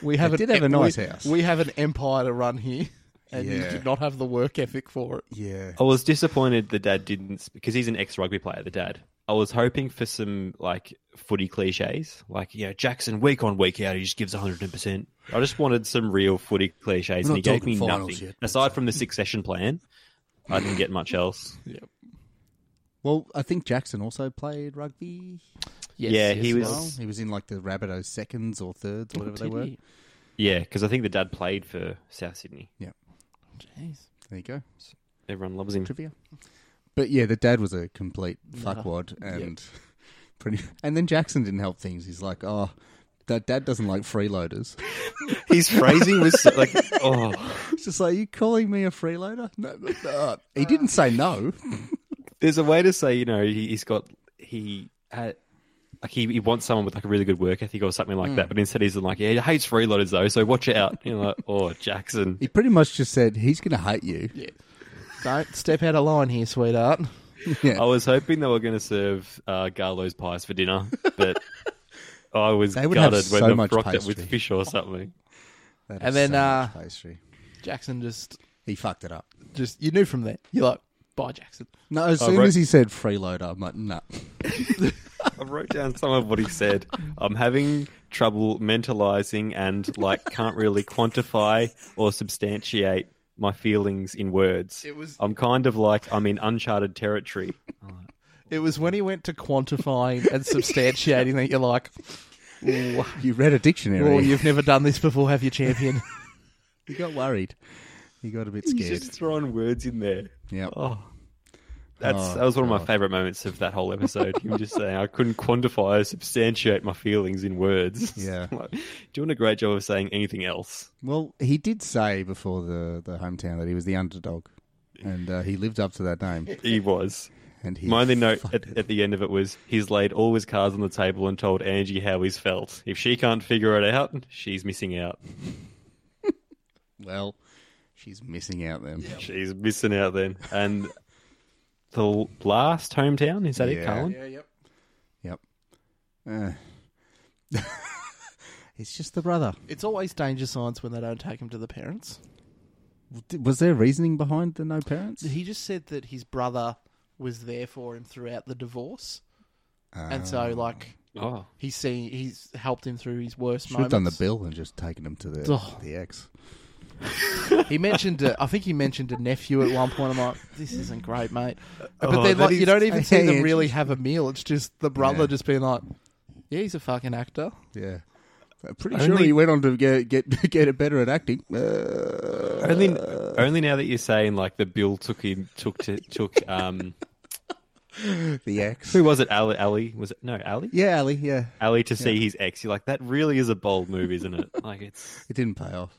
Speaker 3: we have, an,
Speaker 4: did have a
Speaker 3: we-
Speaker 4: nice house.
Speaker 3: We have an empire to run here, and you
Speaker 4: Yeah.
Speaker 3: did not have the work ethic for it.
Speaker 4: Yeah.
Speaker 2: I was disappointed the dad didn't because he's an ex rugby player. The dad. I was hoping for some like footy cliches, like you know Jackson week on week out he just gives hundred and percent. I just wanted some real footy cliches,
Speaker 4: We're
Speaker 2: and
Speaker 4: not
Speaker 2: he gave me
Speaker 4: talking finals
Speaker 2: nothing
Speaker 4: yet.
Speaker 2: aside from the succession plan. I didn't get much else.
Speaker 4: Well, I think Jackson also played rugby.
Speaker 3: Yes, Oh,
Speaker 2: Yeah, he
Speaker 4: as
Speaker 2: was-
Speaker 4: well. He was in like the Rabbitohs seconds or thirds or whatever they were.
Speaker 2: Yeah, because I think the dad played for South Sydney.
Speaker 3: Jeez.
Speaker 4: There you go.
Speaker 2: Everyone loves him.
Speaker 4: Trivia. But yeah, the dad was a complete fuckwad and pretty. And then Jackson didn't help things. He's like, oh, that dad doesn't like freeloaders.
Speaker 2: His phrasing was so, like, oh,
Speaker 4: It's just like, you calling me a freeloader? No, no, no. He didn't say no.
Speaker 2: there's a way to say you know he, he's got he had like he, he wants someone with like a really good work ethic or something
Speaker 4: Hmm.
Speaker 2: like that, but instead he's like yeah he hates freeloaders though, so watch out. You know, like, oh Jackson,
Speaker 4: He pretty much just said, he's going to hate you.
Speaker 3: Yeah. Don't step out of line here, sweetheart.
Speaker 2: I was hoping they were going to serve uh, Garlow's pies for dinner, but I was
Speaker 4: They would have
Speaker 2: gutted when
Speaker 4: so
Speaker 2: they
Speaker 4: much
Speaker 2: rocked it with
Speaker 4: pastry.
Speaker 2: fish or something.
Speaker 4: That
Speaker 3: And
Speaker 4: is
Speaker 3: then,
Speaker 4: so much
Speaker 3: uh,
Speaker 4: pastry.
Speaker 3: Jackson just,
Speaker 4: He fucked it up. Oh,
Speaker 3: just you knew from there. You're like, bye, Jackson.
Speaker 4: No, as
Speaker 2: I
Speaker 4: soon
Speaker 2: wrote-
Speaker 4: as he said freeloader, I'm like, no.
Speaker 2: I wrote down some of what he said. I'm having trouble mentalizing and like can't really quantify or substantiate my feelings in words.
Speaker 3: It was-
Speaker 2: I'm kind of like I'm in uncharted territory.
Speaker 3: It was when he went to quantifying and substantiating that you're like, "Ooh,
Speaker 4: You read a dictionary.
Speaker 3: well, you've never done this before, have you, champion?
Speaker 4: You got worried. You got a bit
Speaker 2: He's
Speaker 4: scared.
Speaker 2: just throwing words in there.
Speaker 4: Yeah.
Speaker 2: Oh. That's
Speaker 4: Oh,
Speaker 2: that was one of my
Speaker 4: God.
Speaker 2: favorite moments of that whole episode. Him just saying I couldn't quantify or substantiate my feelings in words.
Speaker 4: Yeah.
Speaker 2: Like, doing a great job of saying anything else.
Speaker 4: Well, he did say before the, the hometown that he was the underdog. And uh, he lived up to that name.
Speaker 2: He was.
Speaker 4: And he
Speaker 2: My only note
Speaker 4: fucked
Speaker 2: at,
Speaker 4: it.
Speaker 2: at the end of it was he's laid all his cards on the table and told Angie how he's felt. If she can't figure it out, she's missing out.
Speaker 4: Well, she's missing out then.
Speaker 2: She's missing out then. And the l- last hometown, is that it,
Speaker 4: Yeah.
Speaker 2: Carlin?
Speaker 3: yep.
Speaker 4: Yep. Uh. it's just the brother.
Speaker 3: It's always danger signs when they don't take him to the parents.
Speaker 4: Was there reasoning behind the no parents?
Speaker 3: He just said that his brother was there for him throughout the divorce, and so like
Speaker 2: Oh.
Speaker 3: he's seen, he's helped him through his worst
Speaker 4: Should have
Speaker 3: moments.
Speaker 4: done the bill and just taken him to the
Speaker 3: Oh.
Speaker 4: the ex.
Speaker 3: He mentioned, a, I think he mentioned a nephew at one point. I'm like, this isn't great, mate. But
Speaker 2: Oh,
Speaker 3: then
Speaker 2: that
Speaker 3: like, you
Speaker 2: is-
Speaker 3: don't even see
Speaker 4: Hey,
Speaker 3: them
Speaker 4: Andrew.
Speaker 3: really have a meal. It's just the brother
Speaker 4: Yeah.
Speaker 3: just being like, yeah, he's a fucking actor.
Speaker 4: Yeah. I'm pretty
Speaker 2: Only-
Speaker 4: sure he went on to get get get it better at acting. Uh,
Speaker 2: Only, only now that you're saying like the bill took him took to took um
Speaker 4: the ex.
Speaker 2: who was it Ali Ali was it no Ali
Speaker 4: Yeah, Ali. Yeah,
Speaker 2: Ali to see his ex you're like that really is a bold move isn't it like it's
Speaker 4: it didn't pay off.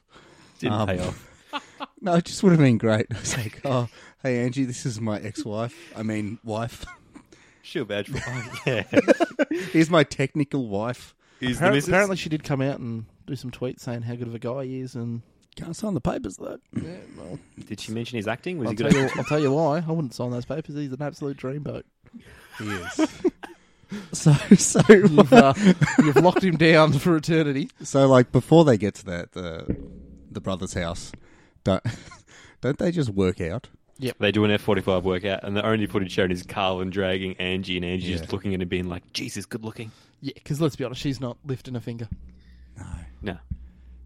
Speaker 2: didn't
Speaker 4: Um,
Speaker 2: pay off
Speaker 4: No, it just would have been great. I was like, oh, hey Angie, this is my ex-wife. I mean, wife.
Speaker 2: she'll badge for oh, yeah
Speaker 4: Here's my technical wife.
Speaker 2: Is the
Speaker 3: Appar-
Speaker 2: missus-
Speaker 3: apparently, she did come out and do some tweets saying how good of a guy he is, and
Speaker 4: Can't sign the papers though.
Speaker 3: yeah, well,
Speaker 2: Did she mention his acting? Was
Speaker 3: I'll
Speaker 2: he
Speaker 3: tell,
Speaker 2: good?
Speaker 3: you,
Speaker 2: At-
Speaker 3: I'll tell you why. I wouldn't sign those papers. He's an absolute dreamboat.
Speaker 4: He is. so so
Speaker 3: You've, uh, you've locked him down for eternity.
Speaker 4: so like before they get to that the the brother's house, don't don't they just work out?
Speaker 2: they do an F45 workout, and the only footage shown is Carlin dragging Angie, and Angie
Speaker 4: Yeah.
Speaker 2: just looking at him, being like, "Jesus, good looking."
Speaker 3: Yeah, because let's be honest, she's not lifting a finger
Speaker 2: No,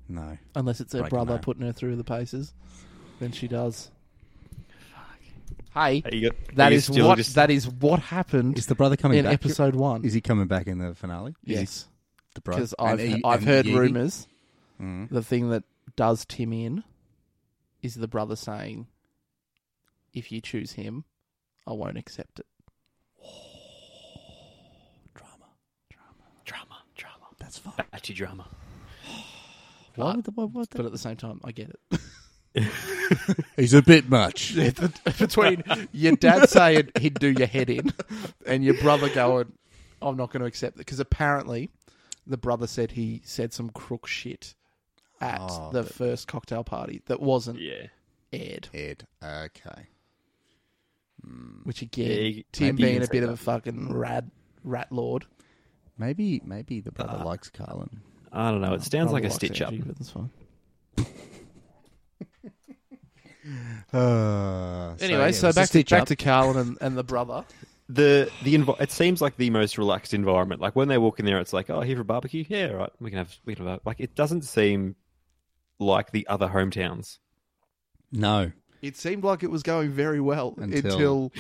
Speaker 4: No.
Speaker 3: unless it's her
Speaker 4: Breaking
Speaker 3: brother
Speaker 4: that.
Speaker 3: putting her through the paces. Then she does. Hey,
Speaker 2: Are you- are
Speaker 3: that
Speaker 2: you
Speaker 3: is
Speaker 2: still
Speaker 3: what
Speaker 2: just-
Speaker 3: that is what happened
Speaker 4: Is the brother coming
Speaker 3: in
Speaker 4: back?
Speaker 3: episode one.
Speaker 4: Is he coming back in the finale? Is he
Speaker 3: yes,
Speaker 4: the brother?
Speaker 3: because I've
Speaker 4: And
Speaker 3: he-
Speaker 4: he-
Speaker 3: I've
Speaker 4: and
Speaker 3: heard
Speaker 4: Yeezy?
Speaker 3: rumors.
Speaker 4: Mm.
Speaker 3: The thing that does Tim in is the brother saying, "If you choose him, I won't accept it."
Speaker 2: drama, drama,
Speaker 4: That's fine.
Speaker 2: batchy drama.
Speaker 4: Why
Speaker 3: But-
Speaker 4: would the, why, what the-
Speaker 3: Uh, But at the same time, I get it.
Speaker 4: He's a bit much.
Speaker 3: between your dad saying he'd do your head in and your brother going, I'm not going to accept it. Because apparently the brother said he said some crook shit at
Speaker 4: Oh,
Speaker 3: the first cocktail party that wasn't
Speaker 2: Yeah,
Speaker 3: aired.
Speaker 4: Ed. Okay.
Speaker 3: Which again,
Speaker 2: Yeah, you-
Speaker 3: Tim
Speaker 2: maybe you
Speaker 3: being
Speaker 2: can
Speaker 3: a
Speaker 2: say
Speaker 3: bit of
Speaker 2: that.
Speaker 3: a fucking rad rat lord.
Speaker 4: Maybe maybe the brother likes Carlin.
Speaker 2: I don't know. It sounds like
Speaker 3: Brother
Speaker 2: a
Speaker 3: likes
Speaker 2: stitch up.
Speaker 3: Angie, but that's fine.
Speaker 4: Uh,
Speaker 3: Anyway, so, back to back to Carlin and, and the brother.
Speaker 2: the the envi- it seems like the most relaxed environment. Like when they walk in there, it's like, oh, here for a barbecue. Yeah, all right. We can have we can have a-" like it doesn't seem like the other hometowns.
Speaker 4: no.
Speaker 3: It seemed like it was going very well until,
Speaker 4: Until-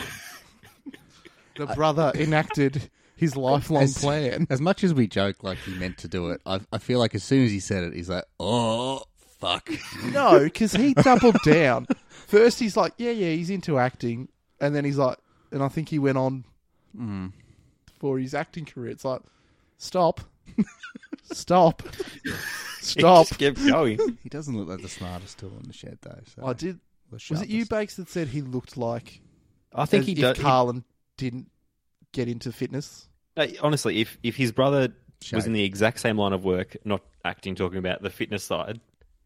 Speaker 3: the brother enacted his lifelong
Speaker 4: As-
Speaker 3: plan.
Speaker 4: As much as we joke like he meant to do it, I, I feel like as soon as he said it, he's like, oh fuck.
Speaker 3: No, because he doubled down. First, he's like, yeah, yeah, he's into acting. And then he's like, and I think he went on Hmm. for his acting career. It's like, stop. stop. Stop.
Speaker 2: It just kept going.
Speaker 4: he doesn't look like the smartest tool in the shed though. So
Speaker 3: I did.
Speaker 4: the
Speaker 3: Was it you,
Speaker 4: sharpest-
Speaker 3: Bakes, that said he looked like
Speaker 2: I think
Speaker 3: as
Speaker 2: he
Speaker 3: if
Speaker 2: does.
Speaker 3: Carlin didn't get into fitness?
Speaker 2: No, honestly, if if his brother was
Speaker 4: Shame.
Speaker 2: in the exact same line of work, not acting, talking about the fitness side,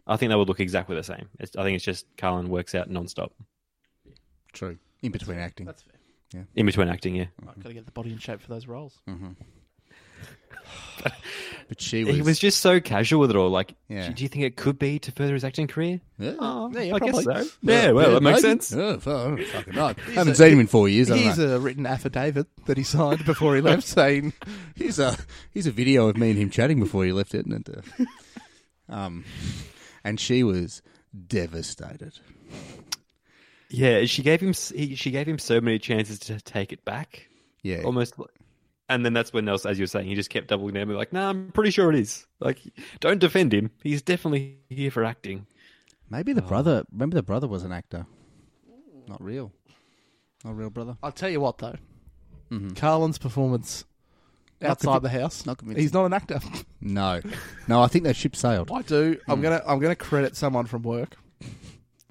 Speaker 2: I think they would look exactly the same. It's, I think it's just Carlin works out nonstop
Speaker 4: True. In between acting.
Speaker 3: That's fair.
Speaker 2: in between acting. Yeah,
Speaker 3: I've got to get the body in shape for those roles.
Speaker 4: But she was,
Speaker 2: he was just so casual with it all. Like,
Speaker 4: Yeah.
Speaker 2: do you think it could be to further his acting career?
Speaker 4: Yeah.
Speaker 2: Oh,
Speaker 3: yeah,
Speaker 2: I guess
Speaker 3: probably.
Speaker 2: so. Yeah, well, that makes
Speaker 4: maybe.
Speaker 2: sense.
Speaker 4: Yeah, fuck, I don't fucking know. I haven't seen him in four years. I don't
Speaker 3: Here's
Speaker 4: know.
Speaker 3: a written affidavit that he signed before he left saying,
Speaker 4: Here's a here's a video of me and him chatting before he left it, and uh, um, and she was devastated.
Speaker 2: Yeah, she gave him s- he, she gave him so many chances to take it back,
Speaker 4: Yeah,
Speaker 2: almost. like- And then that's when else, as you were saying, he just kept doubling down. and Like, nah, I'm pretty sure it is. Like, don't defend him. He's definitely here for acting.
Speaker 4: maybe
Speaker 3: Oh.
Speaker 4: the brother. Remember, the brother was an actor, not real, not real brother.
Speaker 3: I'll tell you what, though.
Speaker 4: Mm-hmm.
Speaker 3: Carlin's performance outside the house.
Speaker 4: not convincing.
Speaker 3: he's not an actor.
Speaker 4: No, no, I think that ship sailed.
Speaker 3: I do.
Speaker 4: Hmm.
Speaker 3: I'm gonna. I'm gonna credit someone from work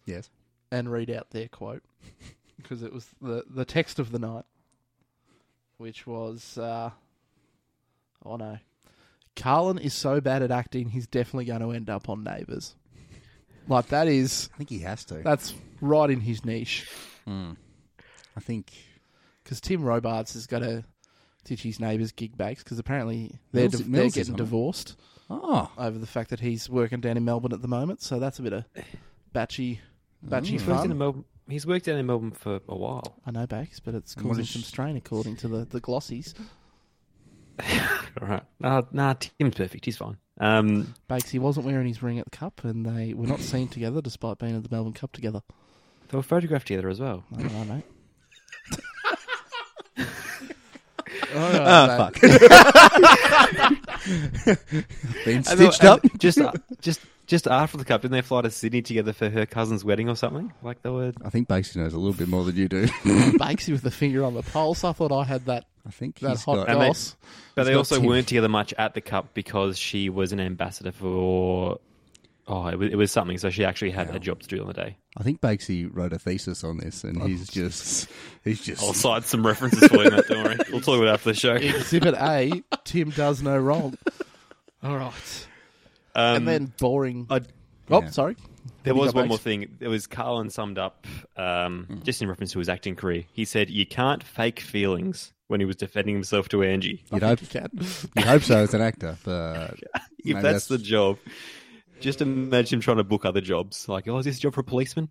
Speaker 4: Yes,
Speaker 3: and read out their quote because it was the the text of the night, which was, uh, oh no, Carlin is so bad at acting, he's definitely going to end up on Neighbours. Like that is
Speaker 4: I think he has to.
Speaker 3: that's right in his niche
Speaker 4: I think
Speaker 3: because Tim Robarts has got to teach his Neighbours gig bags because apparently they're
Speaker 4: Mills-
Speaker 3: div-
Speaker 4: Mills
Speaker 3: they're
Speaker 4: is
Speaker 3: getting
Speaker 4: on it.
Speaker 3: divorced.
Speaker 4: oh,
Speaker 3: over the fact that he's working down in Melbourne at the moment. So that's a bit of batchy, batchy
Speaker 2: He's worked in
Speaker 3: fun.
Speaker 2: Melbourne. He's worked down in Melbourne for a while.
Speaker 3: I know bakes, but it's
Speaker 4: what
Speaker 3: causing
Speaker 4: is-
Speaker 3: some strain according to the, the glossies.
Speaker 2: All right. Nah, nah, Tim's perfect. He's fine. Um,
Speaker 3: Bakes, he wasn't wearing his ring at the cup, and they were not seen together despite being at the Melbourne Cup together.
Speaker 2: they were photographed together as well.
Speaker 3: I don't know, mate.
Speaker 4: oh fuck, Ah, been stitched
Speaker 2: And-
Speaker 4: up.
Speaker 2: and um, Just, uh, just, just after the cup, didn't they fly to Sydney together for her cousin's wedding or something? Like they were.
Speaker 4: I think Bakes knows a little bit more than you do.
Speaker 3: Bakesy with the finger on the pulse. I thought I had that
Speaker 4: I think
Speaker 3: that
Speaker 4: he's
Speaker 3: hot
Speaker 4: got.
Speaker 2: And they-
Speaker 3: goss.
Speaker 2: But they
Speaker 4: got
Speaker 2: also
Speaker 4: Tim.
Speaker 2: weren't together much at the cup because she was an ambassador for. Oh, it was, it was something. So she actually had a job to do on the day.
Speaker 4: I think Bakesy wrote a thesis on this,
Speaker 3: Oh,
Speaker 4: and he's just he's just
Speaker 2: I'll cite some references for you, mate. Don't worry. We'll talk about it after the show.
Speaker 3: Exhibit A: Tim does no wrong. All right.
Speaker 2: Um,
Speaker 3: and then boring.
Speaker 2: I-
Speaker 3: oh,
Speaker 4: Yeah.
Speaker 3: sorry.
Speaker 2: There
Speaker 3: You
Speaker 2: was
Speaker 3: got
Speaker 2: one
Speaker 3: baked?
Speaker 2: more thing. It was Carlin summed up, um, just in reference to his acting career. He said, "You can't fake feelings." When he was defending himself to Angie,
Speaker 4: You'd
Speaker 3: I
Speaker 4: hope,
Speaker 3: think you can.
Speaker 4: you'd hope so as an actor, but
Speaker 2: if
Speaker 4: Maybe
Speaker 2: that's,
Speaker 4: that's-
Speaker 2: the job, just imagine him trying to book other jobs. Like, oh, is this a job for a policeman?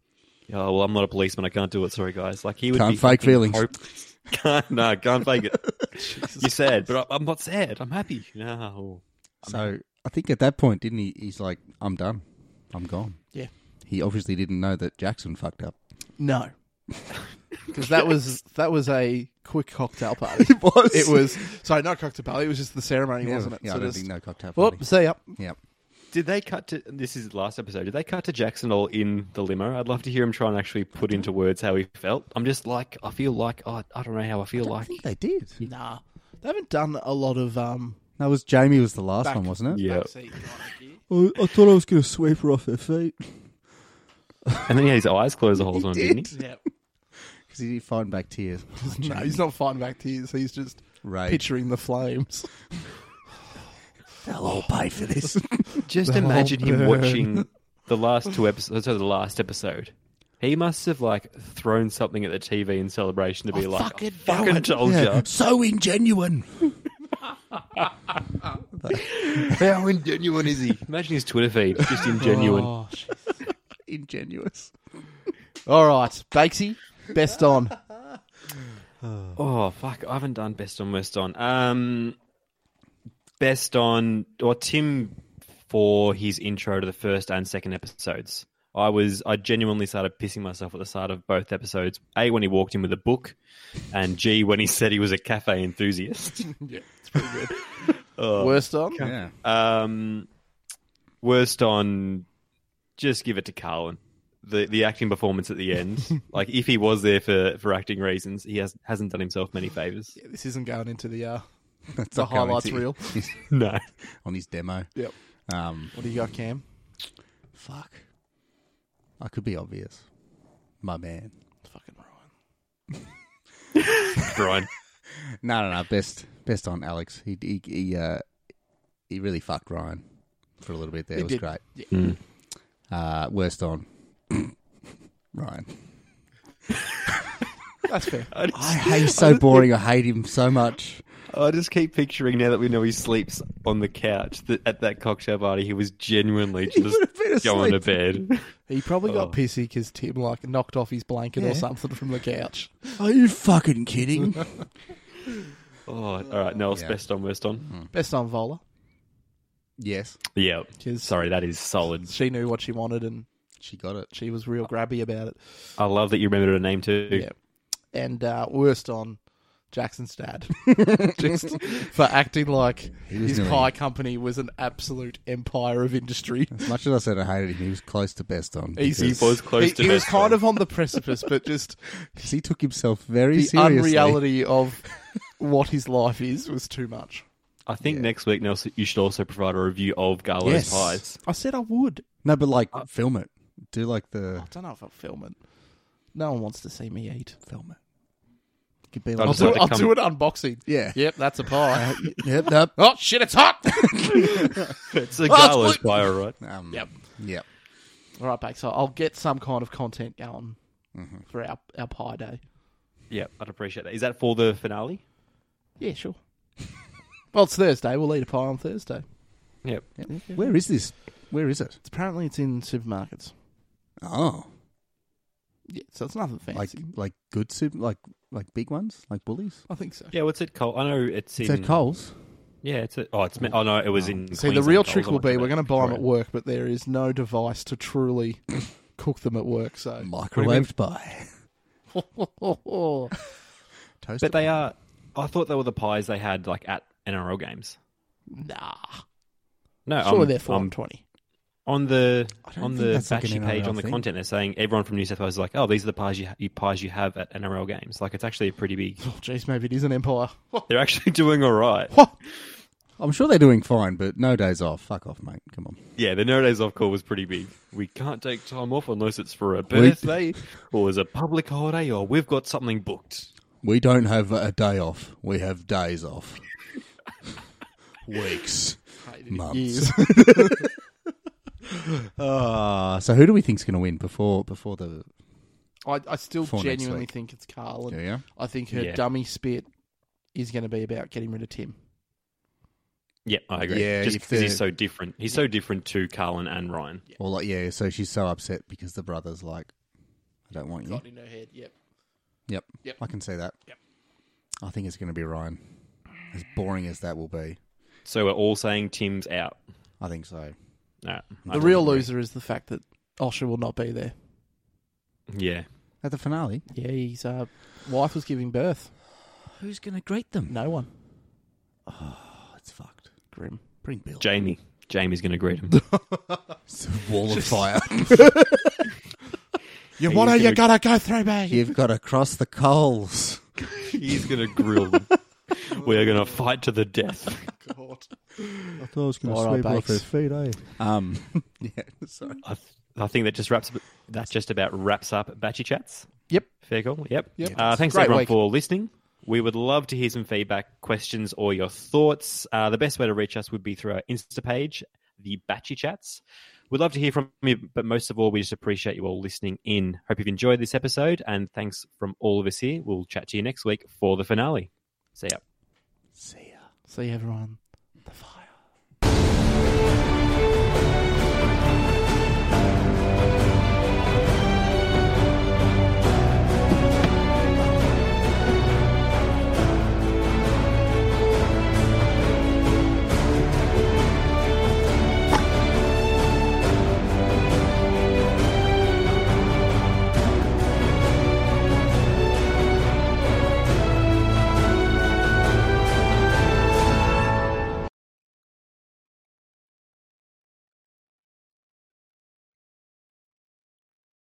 Speaker 2: Oh, well, I'm not a policeman. I can't do it. Sorry, guys. Like, he would
Speaker 4: Can't
Speaker 2: be
Speaker 4: fake
Speaker 2: fucking
Speaker 4: feelings.
Speaker 2: hope- Can't no, can't fake it. You're sad, but I, I'm not sad. I'm happy. No,
Speaker 4: so I think at that point, didn't he? He's like, "I'm done, I'm gone."
Speaker 3: Yeah.
Speaker 4: He obviously didn't know that Jackson fucked up.
Speaker 3: No. Because that was that was a quick cocktail party. it
Speaker 4: was.
Speaker 3: It was sorry, not cocktail party. It was just the ceremony,
Speaker 4: Yeah,
Speaker 3: wasn't it?
Speaker 4: Yeah, I
Speaker 3: so
Speaker 4: don't
Speaker 3: just,
Speaker 4: think no cocktail party.
Speaker 3: whoop, see ya.
Speaker 4: Yeah,
Speaker 2: Did they cut to this is the last episode? Did they cut to Jackson all in the limo? I'd love to hear him try and actually put into words how he felt. I'm just like, I feel like oh, I don't know how I feel
Speaker 4: I
Speaker 2: like.
Speaker 4: think they did.
Speaker 3: Nah, they haven't done a lot of um.
Speaker 4: That was Jamie was the last
Speaker 3: Back-
Speaker 4: one, wasn't it?
Speaker 2: Yeah,
Speaker 3: backseat monarchy.
Speaker 4: I, I thought I was going to sweep her off her feet
Speaker 2: and then he had his eyes closed the whole time, did. not he?
Speaker 3: Yeah,
Speaker 4: because he did find back tears.
Speaker 3: no, he's not fighting back tears. He's just
Speaker 4: Rage.
Speaker 3: picturing the flames.
Speaker 4: They'll all pay for this.
Speaker 2: Just imagine him watching the last two episodes. So the last episode, he must have like thrown something at the TV in celebration to be like,
Speaker 4: fucking
Speaker 2: I fucking told
Speaker 4: yeah,
Speaker 2: ya.
Speaker 4: so ingenuine.
Speaker 2: How ingenuine is he? Imagine his Twitter feed, just ingenuine.
Speaker 3: Oh,
Speaker 4: Ingenuous.
Speaker 3: all right, Bakesy, best on.
Speaker 2: Oh fuck! I haven't done best on worst on. Um, best on or Tim for his intro to the first and second episodes. I was I genuinely started pissing myself at the start of both episodes. A when he walked in with a book, and G when he said he was a cafe enthusiast.
Speaker 3: yeah, it's pretty good.
Speaker 4: Oh.
Speaker 3: Worst on.
Speaker 4: Yeah.
Speaker 3: Uh,
Speaker 2: Um, worst on, just give it to Carlin. The the acting performance at the end, like if he was there for for acting reasons, he has, hasn't done himself many favors.
Speaker 3: This isn't going into the uh,
Speaker 4: That's
Speaker 3: the
Speaker 4: not going
Speaker 3: highlights
Speaker 4: to-
Speaker 3: reel.
Speaker 2: No.
Speaker 4: on his demo.
Speaker 3: Yep.
Speaker 4: Um,
Speaker 3: What do you got, Cam?
Speaker 4: fuck. I could be obvious. My man.
Speaker 3: Fucking Ryan.
Speaker 2: Brian.
Speaker 4: No, no, no. Best, best on Alex. He, he, he, uh, he really fucked Ryan for a little bit there.
Speaker 3: He
Speaker 4: it was
Speaker 3: did.
Speaker 4: great.
Speaker 3: Yeah.
Speaker 4: Uh, worst on Ryan.
Speaker 3: That's fair.
Speaker 2: I just,
Speaker 4: He's so boring. I hate him so much.
Speaker 2: I just keep picturing now that we know he sleeps on the couch that at that cocktail party he was genuinely just
Speaker 4: would have been
Speaker 2: going to
Speaker 4: asleep.
Speaker 2: bed.
Speaker 3: He probably got pissy because Tim like knocked off his blanket
Speaker 4: Oh. Yeah.
Speaker 3: or something from the couch.
Speaker 4: Are you fucking kidding?
Speaker 2: Oh, all right, no, it's
Speaker 4: Yeah.
Speaker 2: best on, worst on.
Speaker 3: Best on Vola
Speaker 4: yes,
Speaker 2: Yeah,
Speaker 3: because
Speaker 2: sorry, that is solid.
Speaker 3: she knew what she wanted and
Speaker 4: she got it.
Speaker 3: she was real grabby about it.
Speaker 2: I love that you remembered her name too.
Speaker 3: Yeah, and uh, worst on Jackson's dad just for acting like
Speaker 4: was
Speaker 3: his
Speaker 4: doing-
Speaker 3: pie company was an absolute empire of industry.
Speaker 4: As much as I said I hated him, he was close to best on.
Speaker 3: He's-
Speaker 2: He
Speaker 4: because-
Speaker 2: was close
Speaker 3: he,
Speaker 2: to
Speaker 3: he was
Speaker 2: best
Speaker 3: kind
Speaker 2: on.
Speaker 3: of on the precipice, but just
Speaker 4: 'cause he took himself very
Speaker 3: the
Speaker 4: seriously.
Speaker 3: unreality of what his life is was too much.
Speaker 2: I think next week, Nelson, you should also provide a review of Garlo's
Speaker 4: Yes.
Speaker 2: pies.
Speaker 3: I said I would.
Speaker 4: No, but like film it. Do like the
Speaker 3: I don't know if I'll film it. No one wants to see me eat. Film it.
Speaker 4: could be
Speaker 2: I'll
Speaker 4: like
Speaker 3: I'll, do,
Speaker 2: have to
Speaker 3: I'll
Speaker 2: come- Uh,
Speaker 3: do it unboxing.
Speaker 4: yeah.
Speaker 3: Yep, that's a pie.
Speaker 4: Yep, yep.
Speaker 3: oh shit, it's hot. Oh,
Speaker 2: It's a Garlo's
Speaker 3: Garlo's
Speaker 2: pie, all right.
Speaker 4: Um,
Speaker 3: Yep.
Speaker 4: Yep.
Speaker 3: All right, back. So I'll get some kind of content going for our our pie day.
Speaker 2: Yeah, I'd appreciate that. Is that for the finale?
Speaker 3: Yeah, sure. well, it's Thursday. We'll eat a pie on Thursday.
Speaker 2: Yep.
Speaker 4: Where is this? Where is it?
Speaker 3: It's, apparently, it's in supermarkets.
Speaker 4: Oh,
Speaker 3: Yeah, so it's nothing fancy.
Speaker 4: like like good super, like like big ones, like bullies.
Speaker 3: I think so.
Speaker 2: Yeah, what's it called? I know it's in.
Speaker 4: Is that Coles?
Speaker 2: Yeah, it's a, oh, it's me- oh no, it was in.
Speaker 3: See, the real trick will be we're going to buy them at work, but there is no device to truly cook them at work. So,
Speaker 4: Microwaved by
Speaker 3: Oh,
Speaker 4: toast.
Speaker 2: But they are. I thought they were the pies they had like at NRL games.
Speaker 3: nah,
Speaker 2: No,
Speaker 3: surely
Speaker 2: I'm-
Speaker 3: they're four
Speaker 2: I'm
Speaker 3: and twenty.
Speaker 2: on the
Speaker 4: don't
Speaker 2: on
Speaker 4: think
Speaker 2: the
Speaker 4: that's like an
Speaker 2: batchy page
Speaker 4: NRL
Speaker 2: on the
Speaker 4: thing.
Speaker 2: content. They're saying everyone from New South Wales is like, oh, these are the pies you, ha- you pies you have at NRL games. Like it's actually a pretty big.
Speaker 3: Oh, jeez, maybe it is an empire.
Speaker 2: They're actually doing all right.
Speaker 4: I'm sure they're doing fine, but no days off. Fuck off, mate. Come on.
Speaker 2: Yeah, the no days off call was pretty big. We can't take time off unless it's for a
Speaker 4: We-
Speaker 2: birthday or as a public holiday or we've got something booked.
Speaker 4: We don't have a day off. We have days off. Weeks.
Speaker 3: Hey,
Speaker 4: months. Ah, so who do we think's going to win before before the?
Speaker 3: I, I still
Speaker 4: For next
Speaker 3: genuinely
Speaker 4: week.
Speaker 3: think it's Carl, and
Speaker 4: Yeah, yeah.
Speaker 3: I think her
Speaker 2: Yeah.
Speaker 3: dummy spit is going to be about getting rid of Tim.
Speaker 2: Yeah, I agree.
Speaker 4: Yeah,
Speaker 2: just
Speaker 4: if
Speaker 2: because he's
Speaker 4: they're-
Speaker 2: so different. He's so different to Carlin and Ryan.
Speaker 4: Or like, yeah. So she's so upset because the brother's like, I don't want you.
Speaker 3: Got in her head. Yep.
Speaker 4: Yep.
Speaker 3: Yep.
Speaker 4: I can see that.
Speaker 3: Yep.
Speaker 4: I think it's going to be Ryan. As boring as that will be,
Speaker 2: So we're all saying Tim's out.
Speaker 4: I think so.
Speaker 2: No,
Speaker 3: The real loser is the fact that Osher will not be there.
Speaker 2: yeah.
Speaker 4: At the finale,
Speaker 3: Yeah, his uh, wife was giving birth.
Speaker 4: who's going to greet them?
Speaker 3: No one.
Speaker 4: Oh, it's fucked.
Speaker 3: Grim.
Speaker 4: Bring Bill.
Speaker 2: Jamie. Jamie's going to greet him.
Speaker 4: It's a wall of fire.
Speaker 3: You,
Speaker 2: what are you
Speaker 3: gonna go through, me?
Speaker 4: You've got to cross the coals.
Speaker 2: he's going to grill them. we are going to fight to the death.
Speaker 4: I thought I was
Speaker 3: gonna All right, sweep off Bakes. her
Speaker 4: feet, eh? Um, yeah, sorry.
Speaker 2: I, th- I think that just wraps. up- That just about wraps up Batchy Chats.
Speaker 3: Yep.
Speaker 2: Fair call. Yep.
Speaker 3: Yep.
Speaker 2: Uh, thanks
Speaker 3: Great
Speaker 2: everyone
Speaker 3: week.
Speaker 2: for listening. We would love to hear some feedback, questions, or your thoughts. Uh, the best way to reach us would be through our Insta page, the Batchy Chats. We'd love to hear from you, but most of all, we just appreciate you all listening in. Hope you've enjoyed this episode, and thanks from all of us here. We'll chat to you next week for the finale. See ya.
Speaker 4: See ya.
Speaker 3: See everyone.